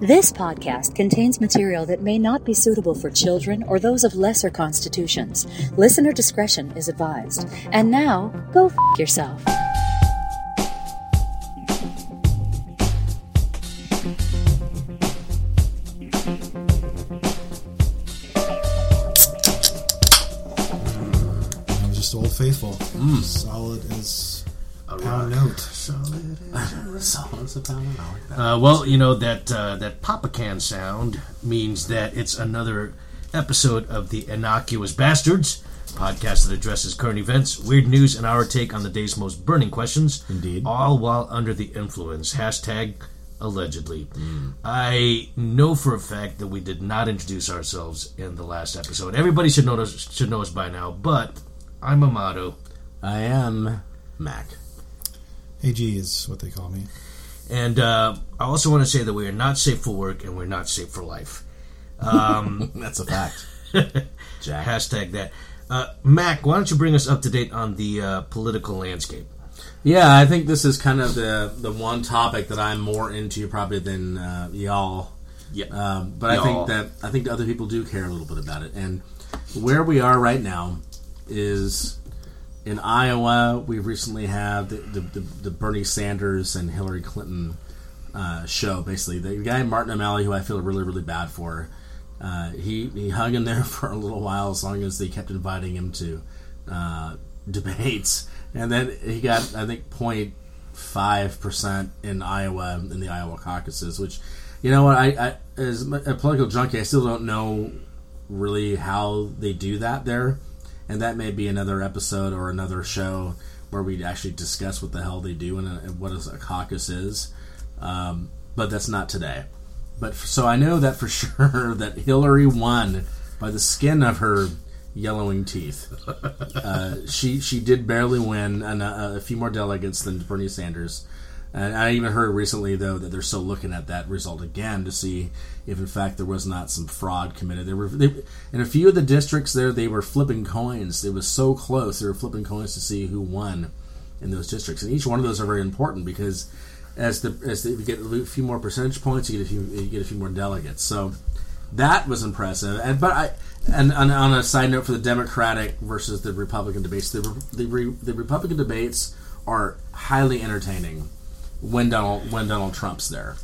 This podcast contains material that may not be suitable for children or those of lesser constitutions. Listener discretion is advised. And now, go f yourself. Just Old Faithful. Solid as a pound note. Solid. Uh, well, you know that uh, that Papa Can sound means that it's another episode of the Innocuous Bastards podcast that addresses current events, weird news, and our take on the day's most burning questions. Indeed. all while under the influence. Hashtag allegedly. I know for a fact that we did not introduce ourselves in the last episode. Everybody should know us, should know us by now, but I'm Amato. I am Mac. AG is what they call me. And uh, I also want to say that we are not safe for work and we're not safe for life. That's a fact. Jack. Hashtag that. Uh, Mac, why don't you bring us up to date on the uh, political landscape? yeah, I think this is kind of the the one topic that I'm more into probably than uh, y'all. Yeah. Um, but I Y'all. think that I think other people do care a little bit about it. And where we are right now is in Iowa. We recently have the the, the, the Bernie Sanders and Hillary Clinton uh, show. Basically, the guy Martin O'Malley, who I feel really really bad for, uh, he he hung in there for a little while as long as they kept inviting him to uh, debates, and then he got I think point five percent in Iowa in the Iowa caucuses, which you know what I, I as a political junkie I still don't know really how they do that there, and that may be another episode or another show where we actually discuss what the hell they do and, uh, and what is a caucus is, um, but that's not today. But f- so I know that for sure that Hillary won by the skin of her yellowing teeth. Uh, she she did barely win an, uh, a few more delegates than Bernie Sanders. And I even heard recently though that they're still looking at that result again to see if in fact there was not some fraud committed. There were they, in a few of the districts there they were flipping coins. It was so close they were flipping coins to see who won in those districts, and each one of those are very important because as the as the, you get a few more percentage points, you get a few you get a few more delegates. So that was impressive. And but I and, and on a side note for the Democratic versus the Republican debates, the Re- the, Re- the Republican debates are highly entertaining when Donald when Donald Trump's there.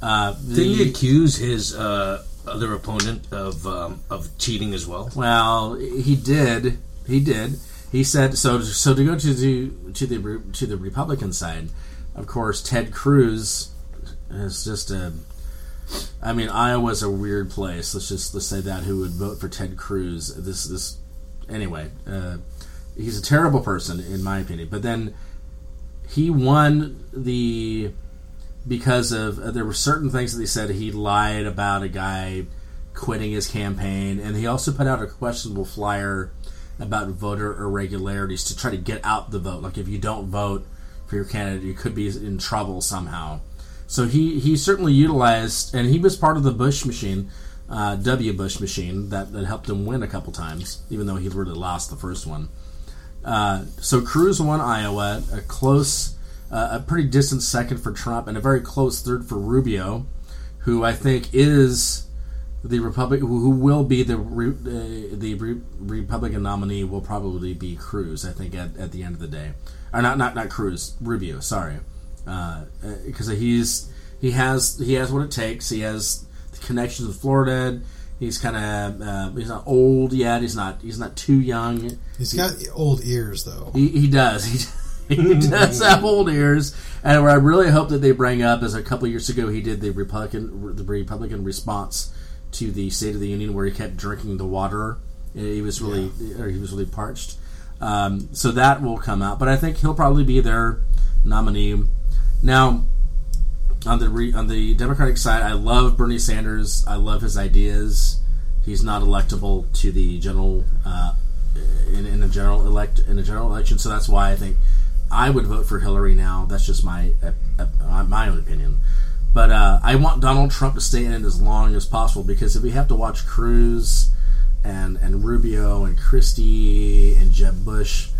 Uh, Didn't he the, accuse his uh, other opponent of um, of cheating as well? well, he did. He did. He said so. So to go to the to the Re- to the Republican side, of course, Ted Cruz is just a I mean, Iowa's a weird place. Let's just let's say that who would vote for Ted Cruz? This this anyway. Uh, he's a terrible person in my opinion. But then he won the because of uh, there were certain things that he said he lied about a guy quitting his campaign, and he also put out a questionable flyer about voter irregularities to try to get out the vote. Like if you don't vote for your candidate, you could be in trouble somehow. So he, he certainly utilized, and he was part of the Bush machine, uh, W. Bush machine, that, that helped him win a couple times, even though he really lost the first one. Uh, so Cruz won Iowa, a close, uh, a pretty distant second for Trump, and a very close third for Rubio, who I think is the Republic, who who will be the re- uh, the re- Republican nominee will probably be Cruz. I think at, at the end of the day, or not not not Cruz, Rubio. Sorry, because he's he has he has what it takes. He has the connections with Florida. He's kind of uh, he's not old yet. He's not he's not too young. He's got old ears, though. He, he does. He, he does have old ears. And what I really hope that they bring up is a couple years ago he did the Republican the Republican response to the State of the Union where he kept drinking the water. He was really or he was really parched. Um, so that will come out. But I think he'll probably be their nominee. Now on the re, on the Democratic side, I love Bernie Sanders. I love his ideas. He's not electable to the general uh, in, in a general elect in a general election, so that's why I think I would vote for Hillary now. That's just my uh, uh, my own opinion. But uh, I want Donald Trump to stay in it as long as possible because if we have to watch Cruz and and Rubio and Christie and Jeb Bush,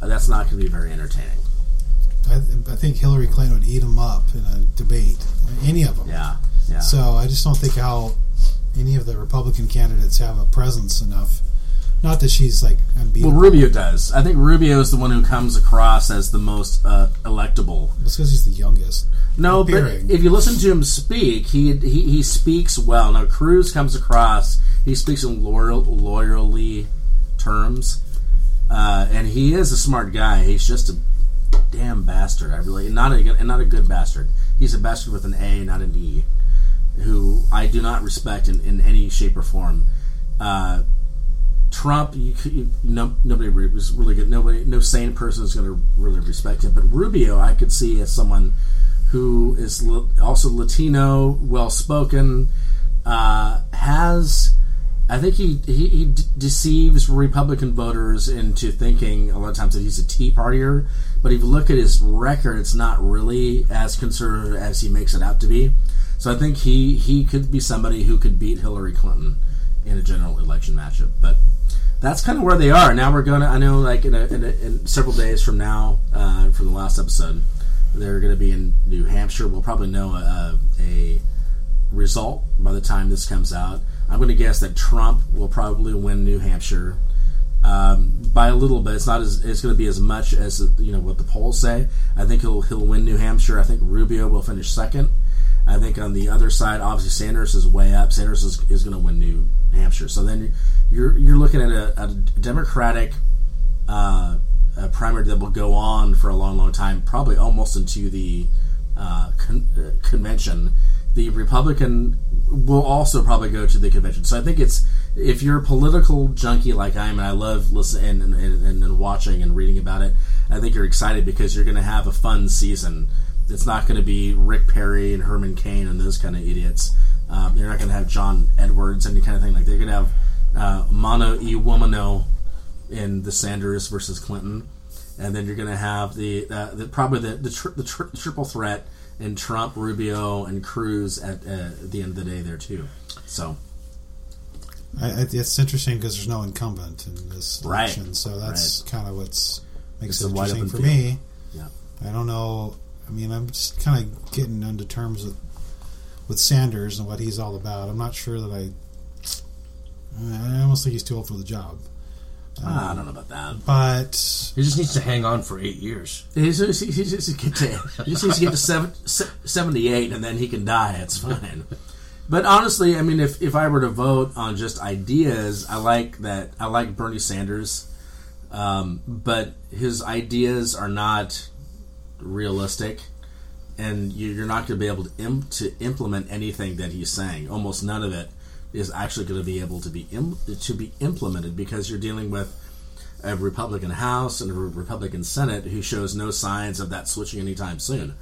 uh, that's not going to be very entertaining. I, I think Hillary Clinton would eat him up in a debate. Any of them. Yeah. Yeah. So I just don't think how any of the Republican candidates have a presence enough. Not that she's like Well, unbeatable. Rubio does. I think Rubio is the one who comes across as the most uh, electable. It's because he's the youngest. No, Appearing. but if you listen to him speak, he he, he speaks well. Now Cruz comes across; he speaks in loyal, lawyerly terms, uh, and he is a smart guy. He's just a damn bastard. I really not a good- and not a good bastard. He's a bastard with an A, not an E, who I do not respect in, in any shape or form. Uh, Trump, you, c- you no, nobody re- was really good. Nobody, no sane person is going to really respect him. But Rubio, I could see as someone who is l- also Latino, well spoken, uh, has. I think he, he, he d- deceives Republican voters into thinking a lot of times that he's a Tea Partier. But if you look at his record, it's not really as conservative as he makes it out to be. So I think he, he could be somebody who could beat Hillary Clinton in a general election matchup. But that's kind of where they are now. We're gonna I know like in, a, in, a, in several days from now uh, from the last episode, they're gonna be in New Hampshire. We'll probably know a, a result by the time this comes out. I'm gonna guess that Trump will probably win New Hampshire. Um, by a little bit, it's not as it's going to be as much as you know what the polls say. I think he'll he'll win New Hampshire. I think Rubio will finish second. I think on the other side, obviously Sanders is way up. Sanders is, is going to win New Hampshire. So then you're you're looking at a, a Democratic uh, a primary that will go on for a long, long time, probably almost into the uh, con- uh, convention. The Republican will also probably go to the convention. So I think it's if you're a political junkie like I am, and I love listening and, and, and, and watching and reading about it, I think you're excited because you're going to have a fun season. It's not going to be Rick Perry and Herman Cain and those kind of idiots. Um, you're not going to have John Edwards any kind of thing like they're going to have uh, Mono E Womano in the Sanders versus Clinton, and then you're going to have the, uh, the probably the the, tri- the tri- triple threat in Trump, Rubio, and Cruz at uh, the end of the day there too. So I, I, it's interesting because there's no incumbent in this Right. election, so that's kind of what's makes It's it a wide interesting for open field. me. yeah, I don't know. I mean, I'm just kind of getting into terms with with Sanders and what he's all about. I'm not sure that I. I almost think he's too old for the job, Ah, I don't know about that. but He just needs to hang on for eight years. He's, he's, he's, he's, he's get to, he just needs to get to seven, se- 78 and then he can die. It's fine. But honestly, I mean, if, if I were to vote on just ideas, I like that. I like Bernie Sanders, um, but his ideas are not realistic, and you, you're not going to be able to Im- to implement anything that he's saying. Almost none of it is actually going to be able to be Im- to be implemented because you're dealing with a Republican House and a Re- Republican Senate who shows no signs of that switching anytime soon.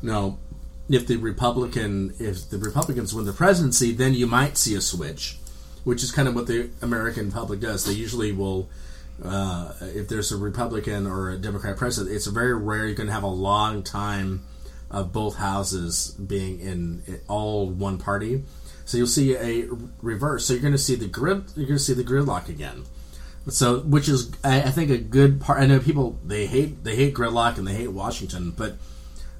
Now, if the Republican if the Republicans win the presidency, then you might see a switch, which is kind of what the American public does. They usually will. Uh, if there's a Republican or a Democrat president, it's very rare you're going to have a long time of both houses being in in all one party. So you'll see a reverse. So you're going to see the grid. You're going to see the gridlock again. So, which is, I, I think, a good part. I know people they hate they hate gridlock and they hate Washington, but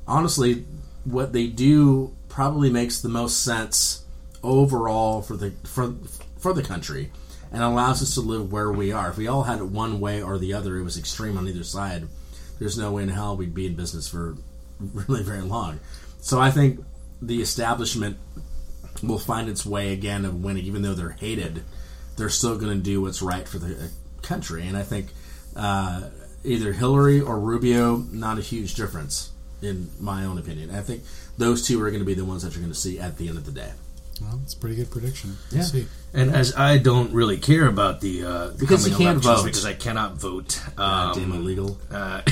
honestly, what they do probably makes the most sense overall for the for for the country, and allows us to live where we are. If we all had it one way or the other, it was extreme on either side. There's no way in hell we'd be in business for really very long. So, I think the establishment will find its way again of winning, even though they're hated. They're still going to do what's right for the uh, country, and I think uh, either Hillary or Rubio, not a huge difference in my own opinion. I think those two are going to be the ones that you're going to see at the end of the day. well, it's a pretty good prediction. We'll Yeah. see. And as I don't really care about the uh, Because you coming can't elections vote. because I cannot vote. Damn Um, illegal. uh,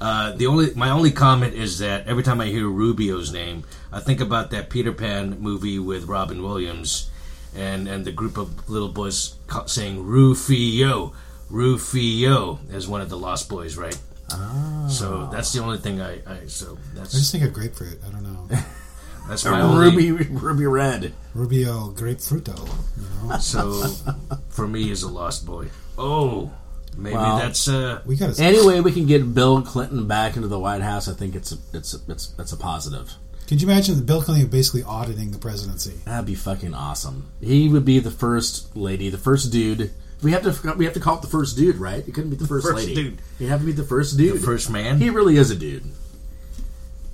uh, the only my only comment is that every time I hear Rubio's name, I think about that Peter Pan movie with Robin Williams, and and the group of little boys ca- saying Rufio, Rufio as one of the Lost Boys, right? Ah. So that's the only thing I, I so I just that's think of grapefruit. I don't know. that's my only Ruby, Ruby Red. Rubio grapefruito. You know, So for me is a lost boy. Oh, maybe Well- that's uh we got to Anyway, we can get Bill Clinton back into the White House. I think it's a, it's a, it's it's a positive. Could you imagine that Bill Clinton basically auditing the presidency? That'd be fucking awesome. He would be the first lady, the first dude. We have to we have to call it the first dude, right? It couldn't be the first, first lady. dude. You have to be the first dude. The first man. He really is a dude.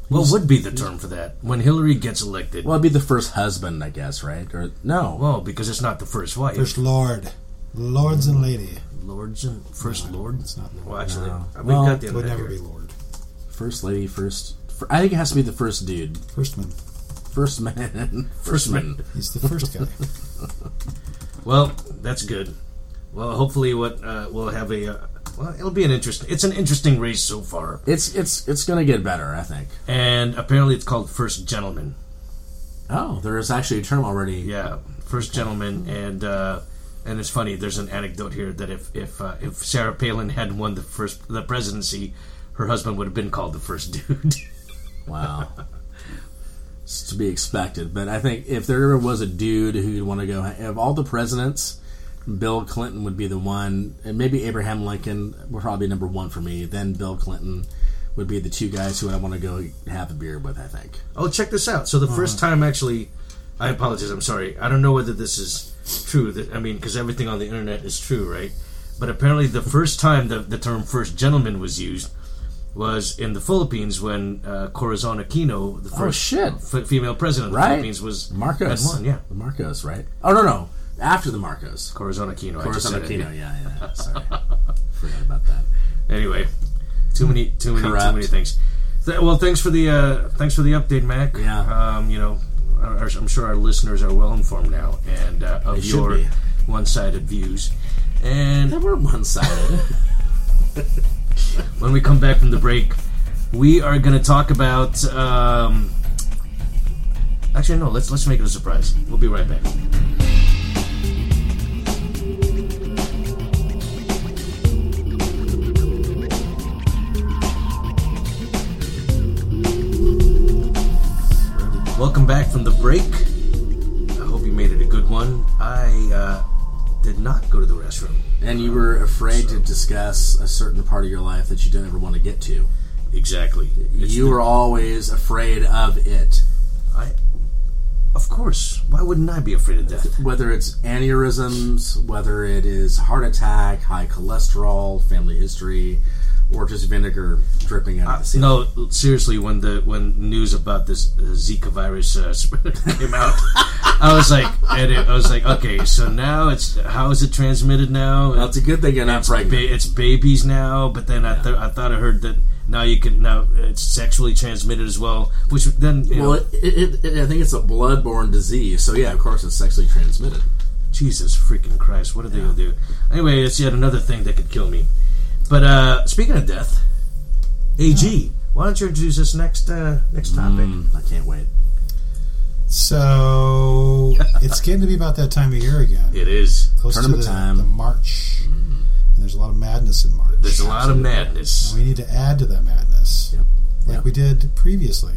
what would be the term for that when Hillary gets elected? Well, it'd be the first husband, I guess, right? Or no? well, because it's not the first wife. First Lord, lords and lady. lords and first lord. It's not lord. Well, actually, we've Well, got the It other would guy never be here. lord. first lady, first. fir- I think it has to be the first dude, First man. first man, First man. He's the first guy. Well, that's good. Well, hopefully, what uh, we'll have a uh, well, it'll be an interesting. It's an interesting race so far, It's it's it's gonna get better, I think. and apparently, it's called First Gentleman. Oh, there is actually a term already. Yeah, First Gentleman, and uh, and it's funny. There's an anecdote here that if if uh, if Sarah Palin had won the first the presidency, her husband would have been called the first dude. Wow. it's to be expected, but I think if there ever was a dude who'd want to go, of all the presidents, Bill Clinton would be the one, and maybe Abraham Lincoln would probably be number one for me. Then Bill Clinton would be the two guys who I want to go have a beer with. I think. Oh, check this out. So the first Uh-huh. time actually, I apologize. I'm sorry. I don't know whether this is true. That, I mean, because everything on the internet is true, right? But apparently, the first time the, the term first gentleman was used was in the Philippines when uh, Corazon Aquino, the first Oh, shit. f- female president of the Right. Philippines, was Marcos, had won, yeah. the Marcos, right? Oh no, no, after the Marcos, Corazon Aquino. I just Corazon said it. Aquino. Yeah, yeah. Sorry, forgot about that. Anyway, too many, too many, Corrupt. too many things. Th- well, thanks for the uh, thanks for the update, Mac. Yeah. Um, you know, our, our- I'm sure our listeners are well informed now and uh, of They should your be. one-sided views. And They were one-sided. when we come back from the break, we are going to talk about. Um, actually, no. Let's let's make it a surprise. We'll be right back. Welcome back from the break. I hope you made it a good one. I uh, did not go to the restroom. and you were afraid to discuss a certain part of your life that you don't ever want to get to. Exactly. It's you were always afraid of it. I, of course. Why wouldn't I be afraid of death? Whether it's aneurysms, whether it is heart attack, high cholesterol, family history, or just vinegar dripping out of the ceiling. No, seriously. When the when news about this uh, Zika virus uh, spread- came out, I was like, and it, I was like, okay, so now it's how is it transmitted now? Well, it's a good thing you're not Ba- pregnant. it's babies now, but then I, th- I thought I heard that now you can now it's sexually transmitted as well, which then you Well, know, it, it, it, I think it's a bloodborne disease, so yeah, of course it's sexually transmitted. Jesus freaking Christ, what are they gonna do? Anyway, it's yet another thing that could kill me. But uh speaking of death, AG, why don't you introduce this next uh, next topic? Mm, I can't wait. So it's getting to be about that time of year again. It is. Close Tournament to the, time. the March. And there's a lot of madness in March. There's a lot of madness. We need to add to that madness, Yep. like Yep. we did previously.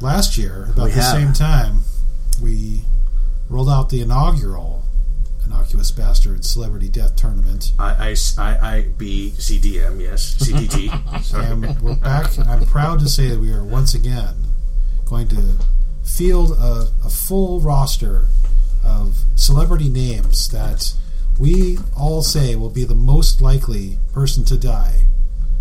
Last year, about We the have. same time, we rolled out the inaugural Innocuous Bastard Celebrity Death Tournament. I, I, s- I- I- B, C, D, M, yes. CDT. Sorry. And we're back. and I'm proud to say that we are once again going to field a, a full roster of celebrity names that we all say will be the most likely person to die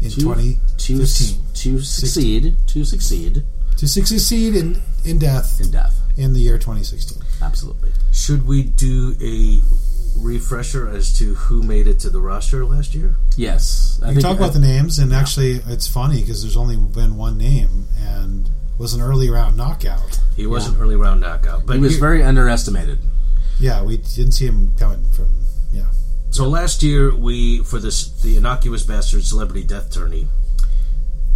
in Two- 2015. To, s- to succeed, to succeed to succeed in, in death in death. in the year 2016. Absolutely. Should we do a refresher as to who made it to the roster last year? Yes. I We talk about the names, and actually, it's funny because there's only been one name, and was an early round knockout. He was an early round knockout. But He was here- very underestimated. Yeah, we didn't see him coming from. Yeah, So last year we for this the innocuous bastard celebrity death tourney,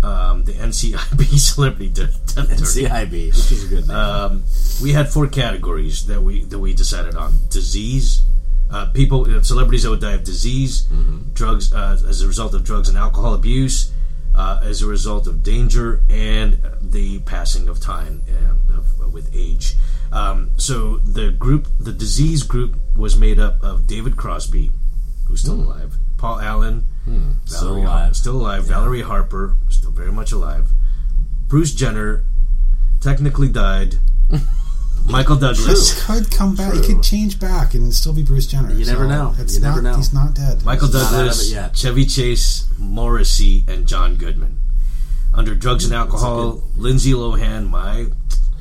um, the NCIB celebrity death, death tourney. CIB, which is a good name. Um, we had four categories that we that we decided on: disease, uh, people, uh, celebrities that would die of disease, Mm-hmm. drugs uh, as a result of drugs and alcohol abuse, uh, as a result of danger, and the passing of time uh, of, with age. Um, so the group, the disease group, was made up of David Crosby, who's still alive, Paul Allen, Hmm. Still Valerie Har- alive. still alive, Valerie Harper, still very much alive, Bruce Jenner, technically died. Michael Douglas. This could come back. It True. could change back and still be Bruce Jenner. You never know. It's You never not- know. He's not dead. Michael Not out of it Douglas, yet. Chevy Chase, Morrissey, and John Goodman. Under drugs and alcohol, Lindsay Lohan, my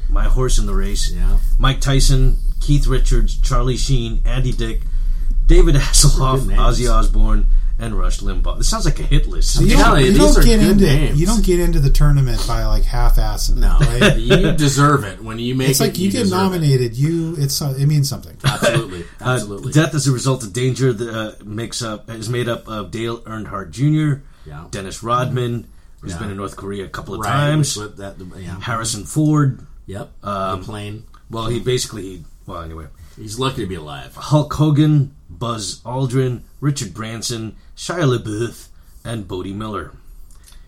my horse in the race. Yeah. Mike Tyson, Keith Richards, Charlie Sheen, Andy Dick, David Hasselhoff, Good names. Ozzy Osbourne, and Rush Limbaugh. This sounds like a hit list. You telling don't, you, you these don't are get good into names. you don't get into the tournament by like half assing. No, right? you deserve it when you make. it's it, like you, get deserve it. nominated. You it's so- it means something. Absolutely, Uh, absolutely. death as a result of danger that uh, makes up is made up of Dale Earnhardt Jr., Yeah. Dennis Rodman, who's Yeah. been in North Korea a couple of Right, times, with that- yeah. Harrison Ford. Yep. Um, the plane. Well, he basically he, well anyway. He's lucky to be alive. Hulk Hogan, Buzz Aldrin, Richard Branson, Shia LaBeouf, and Bodie Miller.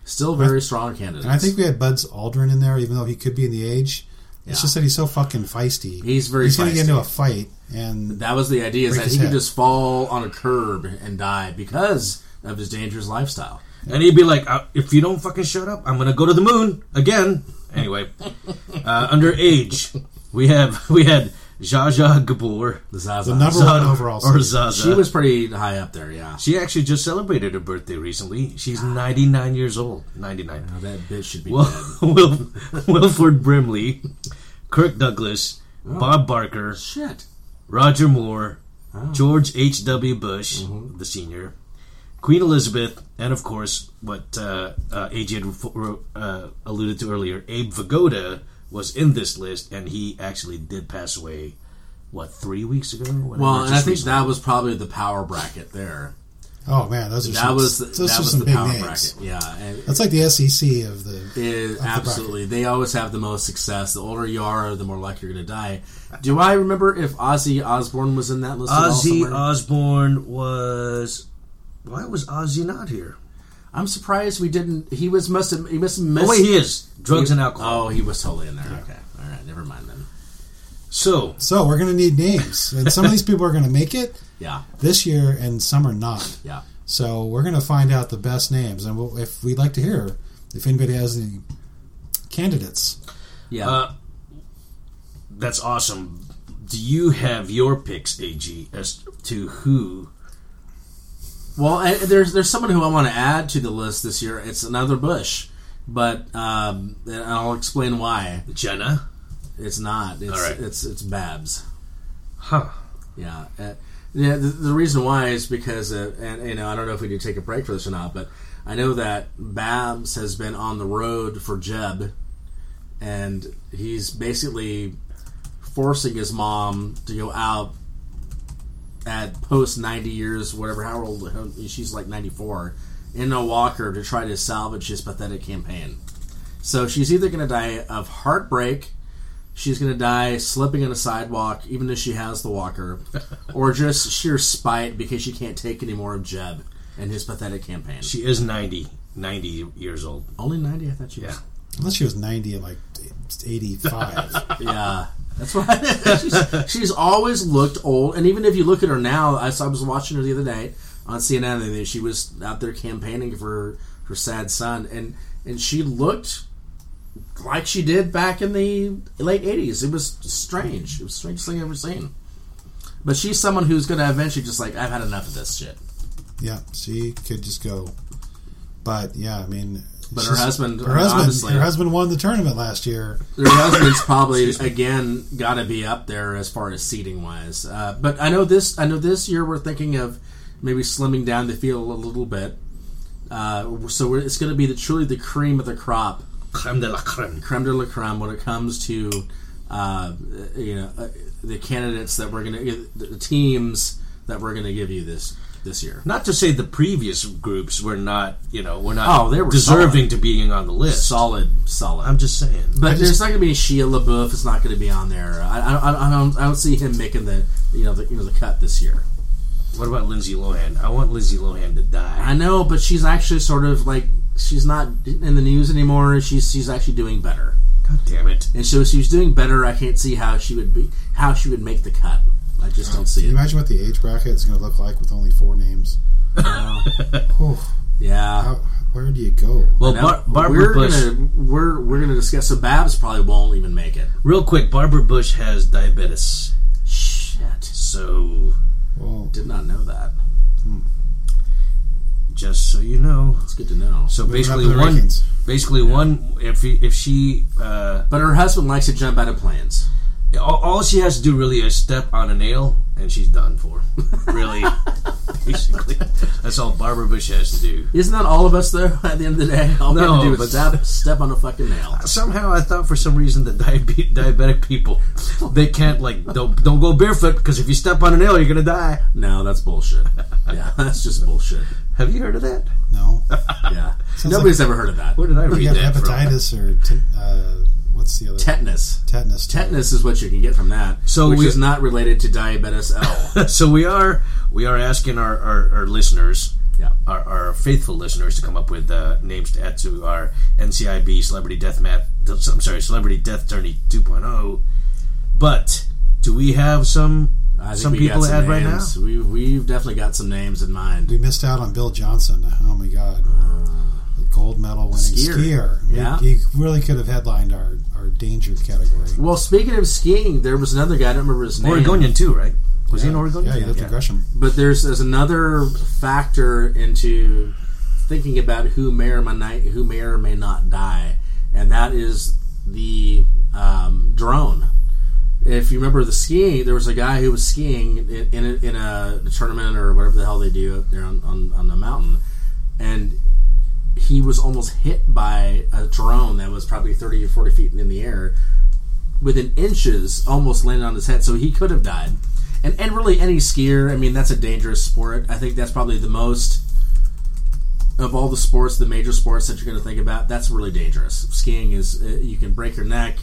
Still very strong candidate. And I think we had Buzz Aldrin in there, even though he could be in the age. It's Yeah. just that he's so fucking feisty. He's very He's gonna get into feisty. a fight, and that was the idea: is Break that he his could head. just fall on a curb and die because of his dangerous lifestyle. And he'd be like, "Uh, if you don't fucking shut up, I'm gonna go to the moon again. Anyway, uh, under age, we have we had Zsa Zsa Gabor. The Zaza. the number one overall. or seed. Zaza. Oh, She was pretty high up there. Yeah. She actually just celebrated her birthday recently. She's 99 years old. 99. Now that bitch should be dead. Wil- Wil- Wilford Brimley, Kirk Douglas, Oh. Bob Barker, Shit. Roger Moore, Ah. George H.W. Bush, Mm-hmm. the senior, Queen Elizabeth, and of course, what uh, uh, AJ had refo- uh, alluded to earlier, Abe Vigoda was in this list, and he actually did pass away, what, three weeks ago? Whatever, Well, and I just think recently. that was probably the power bracket there. Oh man, those are That some, was the, those that are was some the big power names. bracket. Yeah, and That's like the SEC of the. is bracket. absolutely. They always have the most success. The older you are, the more likely you're going to die. Do I remember if Ozzy Osbourne was in that list? Ozzy at all somewhere? Osbourne was. Why was Ozzy not here? I'm surprised we didn't. He was must have. He must have missed. Oh wait, he is drugs and alcohol. Oh, he was totally in there. Okay, all right, never mind then. Oh. So So we're gonna need names, and some of these people are gonna make it Yeah, this year, and some are not. yeah. So we're going to find out the best names, and we'll, if we'd like to hear if anybody has any candidates. Yeah, Uh, that's awesome. Do you have your picks, Ag, as to who? well, I, there's there's someone who I want to add to the list this year. It's another Bush, but um, and I'll explain why. Jenna? It's not. It's All right. it's it's Babs. Huh? Yeah. Uh, yeah. The, the reason why is because, uh, and you know, I don't know if we need to take a break for this or not, but I know that Babs has been on the road for Jeb, and he's basically forcing his mom to go out at post 90 years, whatever, how old how- she's like 94, in a walker to try to salvage his pathetic campaign. So she's either going to die of heartbreak, she's going to die slipping on a sidewalk, even if she has the walker, or just sheer spite because she can't take any more of Jeb and his pathetic campaign. She She is 90, 90 years old. only 90, I thought she was. Yeah. Unless she was 90 and like 85. Yeah, that's why she's, she's always looked old. And even if you look at her now, I, saw- I was watching her the other night on CNN, and she was out there campaigning for her sad son, and and she looked like she did back in the late '80s. It was strange. It was the strangest thing I've ever seen. But she's someone who's going to eventually just like I've had enough of this shit. yeah, she could just go. But yeah, I mean. But her she's- husband- her husband, honestly- her husband won the tournament last year. Their husband's probably again got to be up there as far as seating wise. Uh, but I know this. I know this year we're thinking of maybe slimming down the field a little bit. Uh, so we're, it's going to be the truly the cream of the crop, Creme de la creme. creme de la creme, when it comes to uh, you know uh, the candidates that we're going to the teams that we're going to give you this this year. Not to say the previous groups were not, you know, were not Oh, they were deserving to being on the list. Solid, solid. I'm just saying. But there's not going to be Sheila LaBeouf. It's not going to be on there. I, I, I, I don't. I don't see him making the you know the you know the cut this year. What about Lindsay Lohan? I want Lindsay Lohan to die. I know, but she's actually sort of like she's not in the news anymore. She's she's actually doing better, God damn it. and so if she's doing better. I can't see how she would be how she would make the cut. I just don't Can see you it. imagine what the age bracket is going to look like with only four names? Oh, Yeah. How, where do you go? Well, Now, Bar- Barbara we're Bush. Gonna, we're we're gonna discuss. So Babs probably won't even make it. Real quick, Barbara Bush has diabetes, Shit, so Well, did not know that. just so you know. It's good to know. So Moving up basically, in the one. rankings. Basically, one. If he- if she, uh, But her husband likes to jump out of planes. all, all she has to do really is step on a nail, and she's done for. Really, basically, that's all Barbara Bush has to do. Isn't that all of us though? At the end of the day, all we have No, to do but- is step, step on a fucking nail. Somehow, I thought for some reason that diabe- diabetic people they can't like don't don't go barefoot because if you step on a nail, you're gonna die. No, that's bullshit. Yeah, that's just bullshit. Have you heard of that? no. Yeah, nobody's ever heard of that. Where did I You read got that from? hepatitis or ten, uh, what's the other? Tetanus. tetanus. Tetanus is what you can get from that. So which we- is not related to diabetes L. so we are we are asking our, our, our listeners yeah. our, our faithful listeners to come up with uh, names to add to our NCIB celebrity death mat I'm sorry celebrity death tourney 2.0 oh. but do we have some I think some we got people to some add right now names. We, we've definitely got some names in mind. We missed out on Bill Johnson. Oh my God, the gold medal winning Mm. Skier. skier. I mean, Yeah. he really could have headlined our, our danger category. Well, speaking of skiing, there was another guy. I don't remember his name. Oregonian too right was he an Oregonian Yeah, he lived in Gresham. But there's there's another factor into thinking about who may or may not, who may or may not die, and that is the um, drone. If you remember the skiing, there was a guy who was skiing in, in, a, in a tournament or whatever the hell they do up there on, on, on the mountain, and he was almost hit by a drone that was probably 30 or 40 feet in the air within inches almost landed on his head so he could have died and and really any skier i mean that's a dangerous sport i think that's probably the most of all the sports the major sports that you're going to think about that's really dangerous skiing is uh, you can break your neck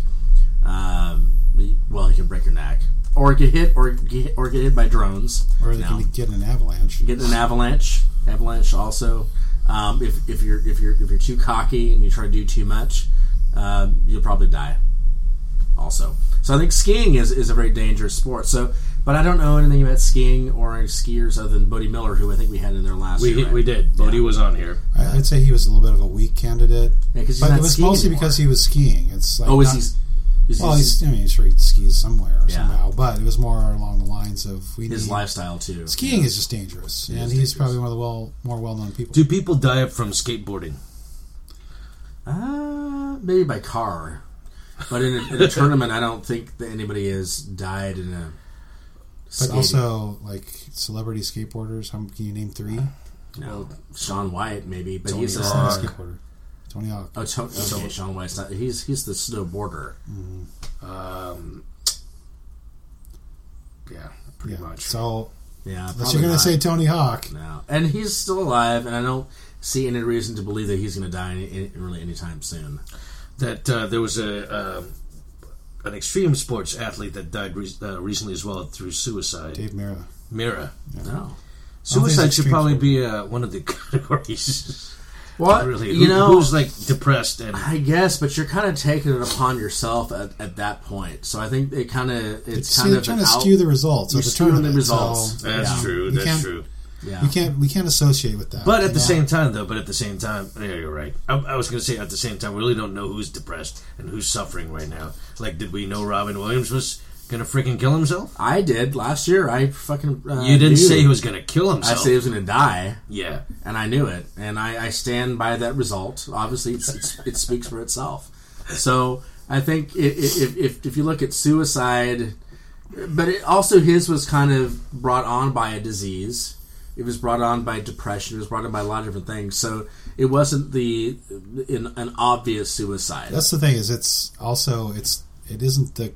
um, y- well you can break your neck or get hit or get, or get hit by drones Or they No can get in an avalanche. get in an avalanche. Avalanche also. Um, if, if you're if you're if you're too cocky and you try to do too much, uh, you'll probably die. Also, so I think skiing is, is a very dangerous sport. So, but I don't know anything about skiing or any skiers other than Bodie Miller, who I think we had in there last year. we, right? we did Bodie was on here I, I'd say he was a little bit of a weak candidate, Yeah, 'cause he's but not it was skiing mostly anymore. because he was skiing. It's like oh, not- is he? Is Well, he- he's, I mean, sure he skis somewhere or Yeah. somehow, but it was more along the lines of we his need, lifestyle too. Skiing is just dangerous, and is he's dangerous. probably one of the well more well known people. do people die from skateboarding Uh, maybe by car, but in a, in a tournament, I don't think that anybody has died in a. but skating- also, like celebrity skateboarders, how can you name three? No, Sean White maybe, but He's he's a not a skateboarder. Tony Hawk. Oh, to- okay, Sean White's not. He's he's the snowboarder. yeah pretty yeah. much So Yeah, unless probably you're going to not. say Tony Hawk, no, and he's still alive, and I don't see any reason to believe that he's going to die any, any, really anytime soon. that uh, there was a uh, an extreme sports athlete that died re- uh, recently as well through suicide Dave Mira. Mira No. don't think it's Suicide should extreme probably sport. be uh, one of the categories. What really, you Who- know? who's like depressed and I guess, but you're kind of taking it upon yourself at, at that point. So I think it kind of it's See, kind they're of trying an to out- skew the results. You're of the skewing the tournament, results. So that's Yeah. true. You That's can't- true. Yeah. We can't we can't associate with that. But you at the know? same time, though, but at the same time, yeah, you're right. I, I was going to say at the same time, we really don't know who's depressed and who's suffering right now. Like, did we know Robin Williams was going to freaking kill himself? I did last year. I fucking uh, you didn't knew. say he was going to kill I himself. said he was going to die. yeah. and I knew it, and I, I stand by that result. Obviously, it's, it's, it speaks for itself. So I think i- i- if if, if you look at suicide, but it, also his was kind of brought on by a disease. It was brought on by depression. It was brought on by a lot of different things. So it wasn't the in, an obvious suicide. that's the thing is it's also it's it isn't the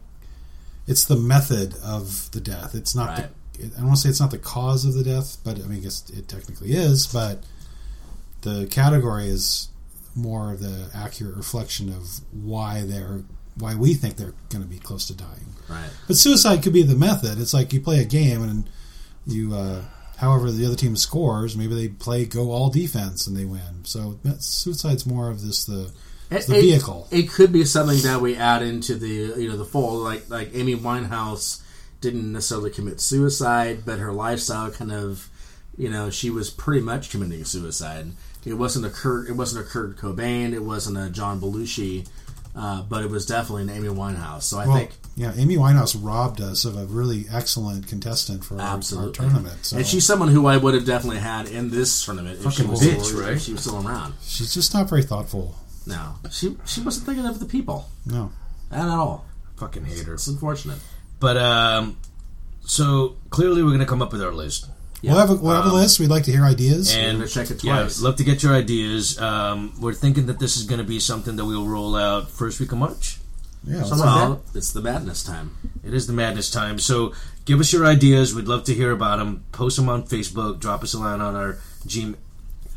it's the method of the death. It's not Right. the I don't want to say it's not the cause of the death, but I mean I guess it technically is, but the category is more of the accurate reflection of why they're why we think they're going to be close to dying. right. But suicide could be the method. It's like you play a game and you, uh, however the other team scores, maybe they play go all defense and they win. So that suicide's more of this the it's the vehicle. It could be something that we add into the you know the fold, like like Amy Winehouse didn't necessarily commit suicide, but her lifestyle kind of you know, she was pretty much committing suicide. It wasn't a Kurt, it wasn't a Kurt Cobain, it wasn't a John Belushi, uh, but it was definitely an Amy Winehouse. So I Well, think yeah, Amy Winehouse robbed us of a really excellent contestant for our, our Absolutely. tournament. So And she's someone who I would have definitely had in this tournament if she, Fucking was bitch, still, right? if she was still around. she's just not very thoughtful. No, she she wasn't thinking of the people No. at all. Fucking hater. It's unfortunate. But um, so clearly we're gonna come up with our list. We'll have a, we'll Um, have a list. We'd like to hear ideas. and gonna check it yeah, twice. love to get your ideas. Um, we're thinking that this is going to be something that we will roll out first week of March. yeah, let's- Someone- Well, it's the madness time. It is the madness time. So give us your ideas. We'd love to hear about them. Post them on Facebook. Drop us a line on our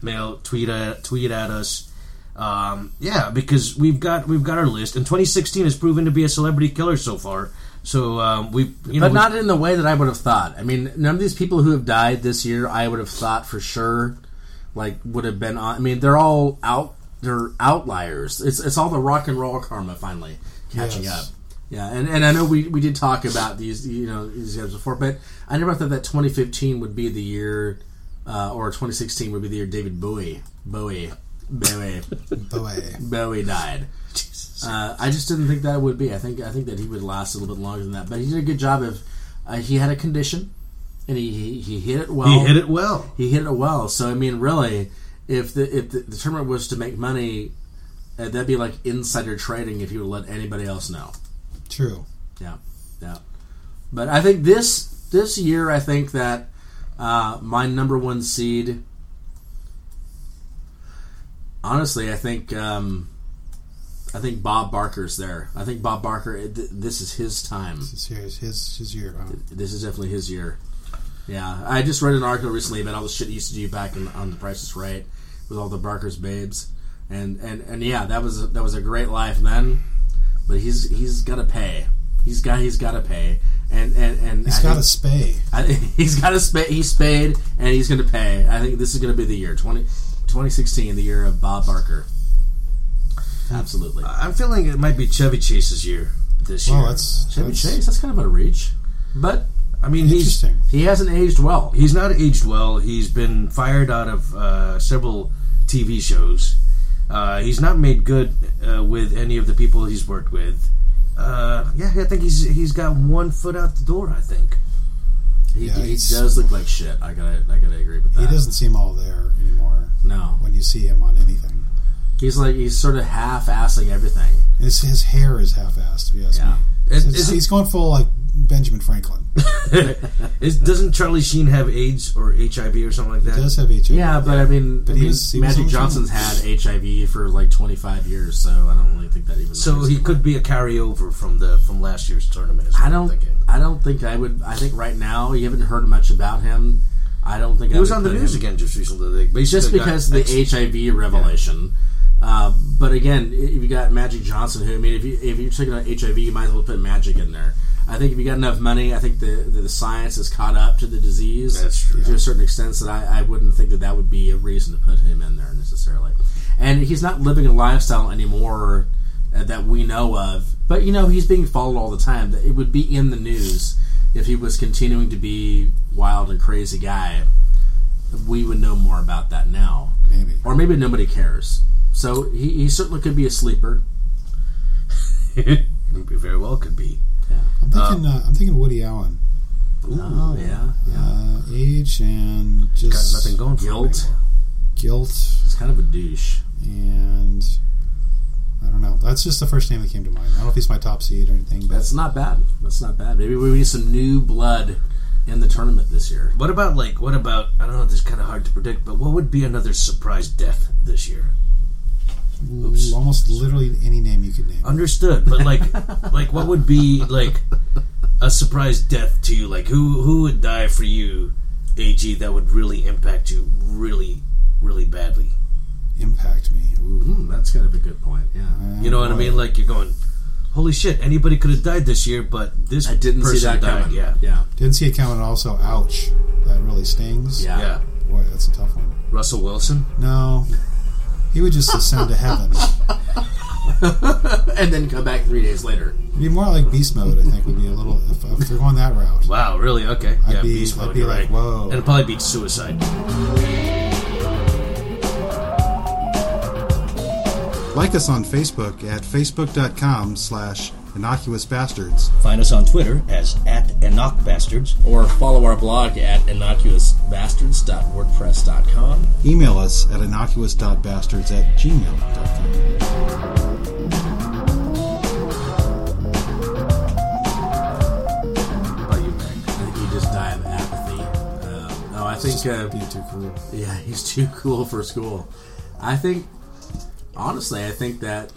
Gmail. Tweet at tweet at us. Um, yeah, because we've got we've got our list, and 2016 has proven to be a celebrity killer so far. So um, we, you know, But not in the way that I would have thought. I mean, none of these people who have died this year, I would have thought for sure, like, would have been on. I mean, they're all out. They're outliers. It's it's all the rock and roll karma finally catching Yes. up. Yeah, and, and I know we, we did talk about these you know these guys before, but I never thought that 2015 would be the year, uh, or 2016 would be the year David Bowie Bowie Bowie the way. Bowie died. Uh, I just didn't think that would be. I think I think that he would last a little bit longer than that. But he did a good job of. Uh, he had a condition, and he, he he hit it well. he hit it well. He hit it well. So I mean, really, if the if the, the tournament was to make money, uh, that'd be like insider trading if you would let anybody else know. True. Yeah, yeah. But I think this this year, I think that uh, my number one seed. Honestly, I think um, I think Bob Barker's there. I think Bob Barker. Th- this is his time. This year's his his year. This is definitely his year. Yeah, I just read an article recently about all the shit he used to do back in, on The Price Is Right with all the Barker's babes, and and and yeah, that was a, that was a great life then, but he's he's got to pay. He's got he's got to pay, and and and He's got a spay. I, think- he's got a spa he spayed and he's going to pay. I think this is going to be the year 20, 2016, the year of Bob Barker. Absolutely, Uh, I'm feeling it might be Chevy Chase's year this year. Well, that's, Chevy that's Chase. That's kind of a reach, but I mean, he's interesting. he hasn't aged well. he's not aged well. He's been fired out of uh, several TV shows. Uh, he's not made good uh, with any of the people he's worked with. Uh, yeah, I think he's he's got one foot out the door. I think. He, Yeah, he he's- does look like shit. I gotta, I gotta agree with that. He doesn't seem all there anymore No, when you see him on anything. he's like he's sort of half-assing everything. His, his hair is half-assed, if you ask Yeah. me. Is, It's- isn't- he's going full like Benjamin Franklin. is- doesn't Charlie Sheen have AIDS or HIV or something like that? He does have HIV. Yeah, but I mean, But I he mean, was- he was Magic on the Johnson's had HIV for like 25 years, so I don't really think that even. so matters. he could be a carryover from the from last year's tournament. Is what I I'm don't. Thinking. I don't think I would. I think right now you haven't heard much about him. I don't think He was on the news again just recently. They just basically got because of the ex- HIV revelation. Uh, but again, if you got Magic Johnson, who I mean, if you if you're talking about HIV, you might as well put Magic in there. I think if you got enough money, I think the the, the science has caught up to the disease That's true. to a certain extent. That I, I wouldn't think that that would be a reason to put him in there necessarily. And he's not living a lifestyle anymore uh, that we know of. But you know, he's being followed all the time. It would be in the news if he was continuing to be wild and crazy guy we would know more about that now. Maybe. Or maybe nobody cares. So he, he certainly could be a sleeper. very well could be. I'm thinking. Uh, I'm thinking Woody Allen. Oh, yeah, yeah. Uh, age and Got just nothing going for him Guilt. anymore. guilt He's kind of a douche. and I don't know. That's just the first name that came to mind. I don't know if he's my top seed or anything, but That's not bad. That's not bad. Maybe we need some new blood in the tournament this year. What about like what about I don't know this is kind of hard to predict, but what would be another surprise death this year? l- almost literally any name you could name. Uh. Understood, but like like what would be like a surprise death to you? Like who who would die for you, AG? That would really impact you really really badly. Impact me. Ooh, Hmm, that's kind of a good point. Yeah. You know what I mean? Like you're going, holy shit! Anybody could have died this year, but this I didn't person see that died. coming. Yeah. Yeah. Didn't see it coming. and Also, ouch. That really stings. Yeah. yeah, Boy, that's a tough one. Russell Wilson. No, he would just ascend to heaven. And then come back three days later. It'd be more like beast mode. I think would be a little if, if they're going that route. Wow, really? Okay. I'd yeah, be- beast I'd mode. be you're like, right. whoa. And it probably beats suicide. Like us on Facebook at facebook.com slash innocuous bastards. Find us on Twitter as at Bastards. Or follow our blog at innocuousbastards.wordpress.com. Email us at innocuous.bastards at gmail.com. How about you, Meg? I think you just die of apathy. Um, no, I think uh, Being too cool. Yeah, he's too cool for school. I think, honestly, I think that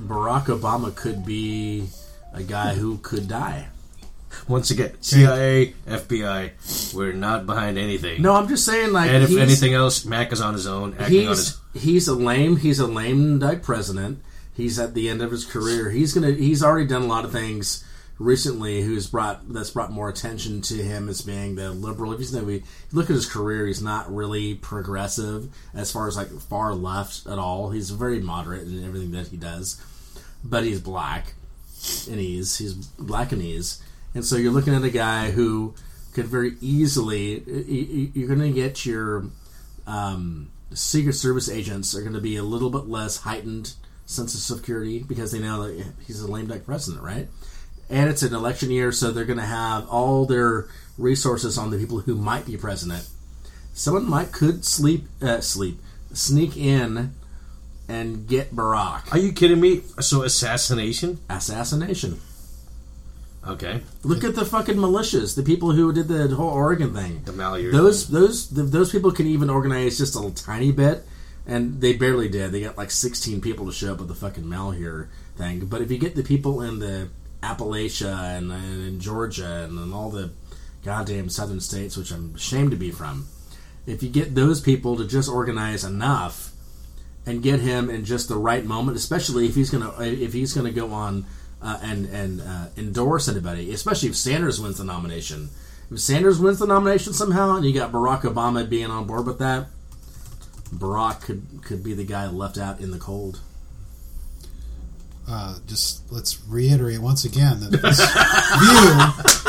Barack Obama could be a guy who could die. Once again, CIA, FBI, we're not behind anything. No, I'm just saying, like, And if he's, anything else, Mac is on his own, acting on his he's he's a lame, he's a lame duck president. He's at the end of his career. He's gonna, he's already done a lot of things recently. Who's brought that's brought more attention to him as being the liberal. If he's gonna be, look at his career, he's not really progressive as far as like far left at all. He's very moderate in everything that he does. but he's black and he's he's black and he's and so you're looking at a guy who could very easily you- you- you're going to get your um, secret service agents are going to be a little bit less heightened sense of security because they know that he's a lame duck president right and it's an election year so they're going to have all their resources on the people who might be president someone might could sleep uh, sleep sneak in and get barack Are you kidding me? So assassination? assassination Okay, Look at the fucking militias, the people who did the whole Oregon thing. the Malheur. Those those th those people can even organize just a tiny bit, and they barely did. They got like 16 people to show up at the fucking Malheur thing. But if you get the people in the Appalachia and, and in Georgia and in all the goddamn southern states, which I'm ashamed to be from, if you get those people to just organize enough and get him in just the right moment, especially if he's gonna if he's gonna go on uh, and and uh, endorse anybody, especially if Sanders wins the nomination. If Sanders wins the nomination somehow, and you got Barack Obama being on board with that, Barack could could be the guy left out in the cold. uh, just let's reiterate once again that this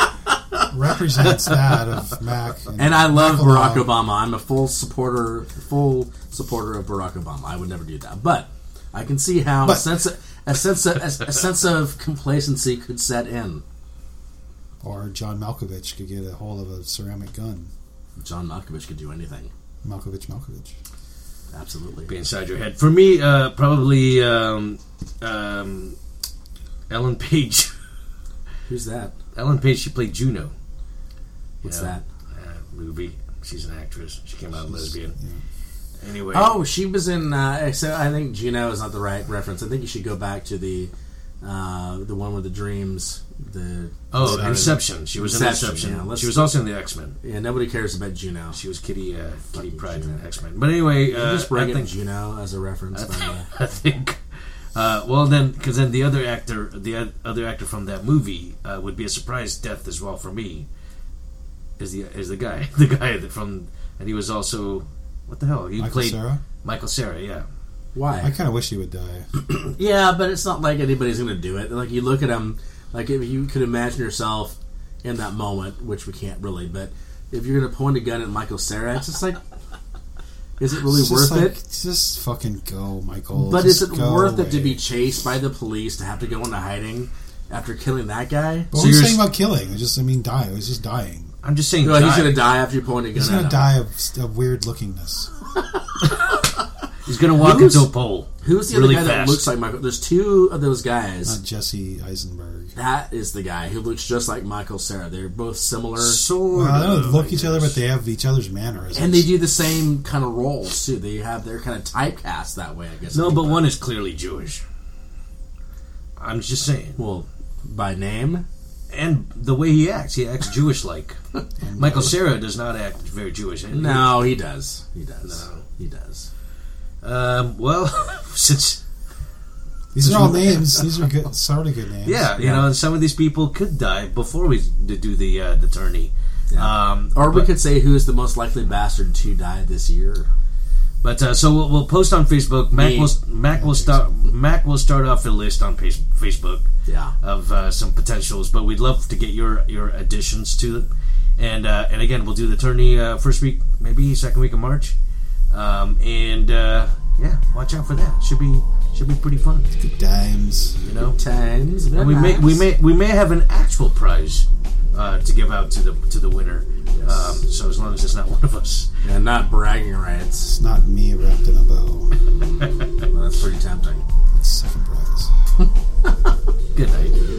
view represents that of Mac. And I love Mac Barack alone. Obama. I'm a full supporter, full supporter of Barack Obama. I would never do that, but I can see how a But- sense of, a sense of, a sense of complacency could set in. Or John Malkovich could get a hold of a ceramic gun. John Malkovich could do anything. Malkovich, Malkovich. Absolutely. be inside your head. For me, uh, probably um, um, Ellen Page. Who's that? Ellen Page. She played Juno. What's Yeah. that? Uh, movie. She's an actress. She came out lesbian. Anyway. Oh, she was in. Uh, so I think Gino is not the right reference. I think you should go back to the uh, the one with the dreams. The Oh, Sorry. Inception. She was Inception, in Inception. yeah, let's- she was also in the X Men. yeah. Nobody cares about Gino. She was Kitty uh, Kitty Fucking Pride in Juno. X Men. But anyway, uh, just bring I up think Gino as a reference. By the way. I think. Uh, well, then, because then the other actor, the o- other actor from that movie, uh, would be a surprise death as well for me. Is the is the guy the guy that from and he was also what the hell he Michael played Sarah. Michael Sarah yeah I Why? kind of wish he would die. Yeah, but it's not like anybody's going to do it. Like you look at him, like if you could imagine yourself in that moment, which we can't really. But if you're going to point a gun at Michael Sarah, it's just like, is it really It's just worth like, it? Just fucking go, Michael. But Just is it go worth it to away. be chased by the police to have to go into hiding after killing that guy? But So what are you you're- saying about killing? It's just, I mean, die. He's just dying. I'm just saying No, he's die. gonna die after you point a gun He's at gonna him. die of, of weird lookingness. He's gonna walk Who's- into a pole Who's the really other guy fast that looks like Michael? There's two of those guys. Not Jesse Eisenberg. that is the guy who looks just like Michael Sarah. They're both similar, sort Well, they of don't look I each other, but guess. they have each other's mannerisms. and they do the same kind of roles too. They have their kind of typecast that way, I guess. no but one is clearly Jewish. I'm just saying. well, by name, and the way he acts, he acts Jewish like. Michael Cera does not act very Jewish. eh? no, he does. He does. No. He does. Um, well, since These are all names. These are good. Sort of good names. yeah, you know, and some of these people could die before we d- do the uh, the tourney. Um, Or we but- could say who is the most likely bastard to die this year. But uh, so we'll, we'll post on Facebook. Mac Me. will Mac will start Mac will start off a list on Face- Facebook Yeah. of uh, some potentials. But we'd love to get your your additions to it. And uh, and again, we'll do the tourney uh, first week, maybe second week of March. Um, and uh, yeah, watch out for that. Should be should be pretty fun. Good times. You know. Times. And we may we may we may have an actual prize uh, to give out to the to the winner. Um, so as long as it's not one of us. And not bragging rights. It's not me wrapped in a bow. Well, that's pretty tempting. It's Seven Brothers. Good night.